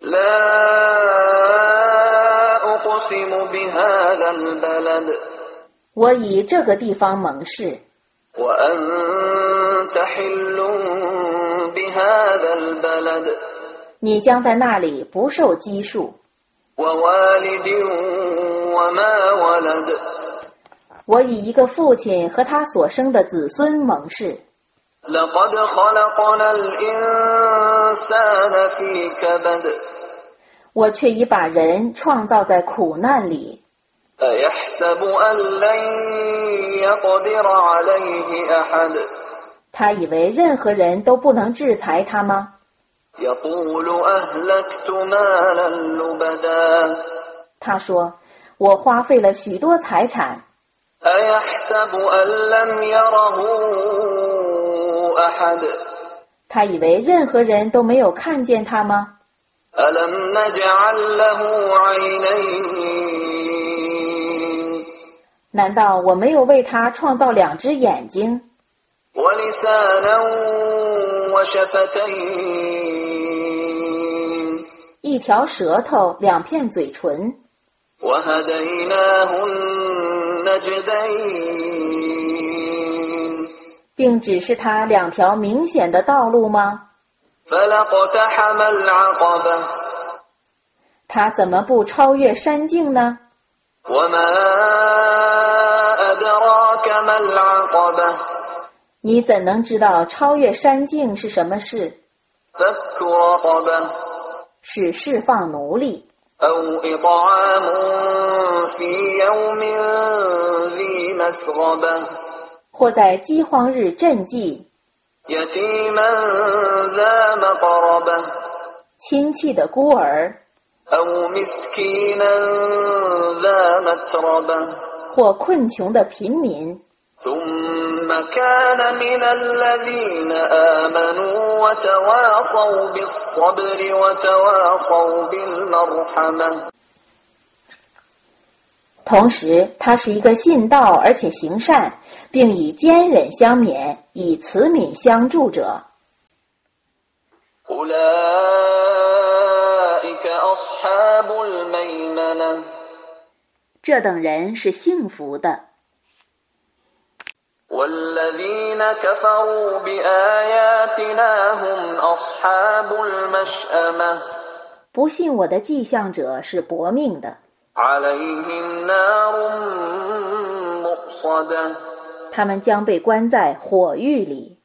لا أقسم بهذا البلد 我以这个地方盟誓， وأنت حل بهذا البلد 你将在那里不受拘束。 ووالد وما ولد 我以一个父亲和他所生的子孙盟誓， لقد خلقنا الإنسان في كبد 我却已把人创造在苦难里。 أيحسب أن لن يقدر عليه أحد 他以为任何人都不能制裁他吗？ يقول أهلكت مالا لبدا 他说：“我花费了许多财产， أيحسب أن لم يره أحد 他以为任何人都没有看见他吗？ ألم نجعل له عينين 难道我没有为他创造两只眼睛、 ولسانا وشفتين 一条舌头、两片嘴唇？ وهديناه النجدين 并指示他两条明显的道路吗？ فلا اقتحم العقبة 他怎么不超越山境呢？ وما أدراك ما العقبة 你怎能知道超越山境是什么事？ فك رقبة 是释放奴隶， أو إطعام في يوم ذي مسغبة 或在饥荒日赈济 يتيما ذا مقربة 亲戚的孤儿， أو مسكينا ذا متربة 或困穷的贫民， ثم كان من الذين آمنوا وتواصوا بالصبر وتواصوا بالمرحمة 同时他是一个信道而且行善，并以坚忍相勉，以慈悯相助者。 أولئك أصحاب الميمنة 这等人是幸福的。 والذين كفروا بآياتنا هم أصحاب المشأمة 不信我的迹象者是薄命的， عليهم نار مؤصدة 他们将被关在火狱里。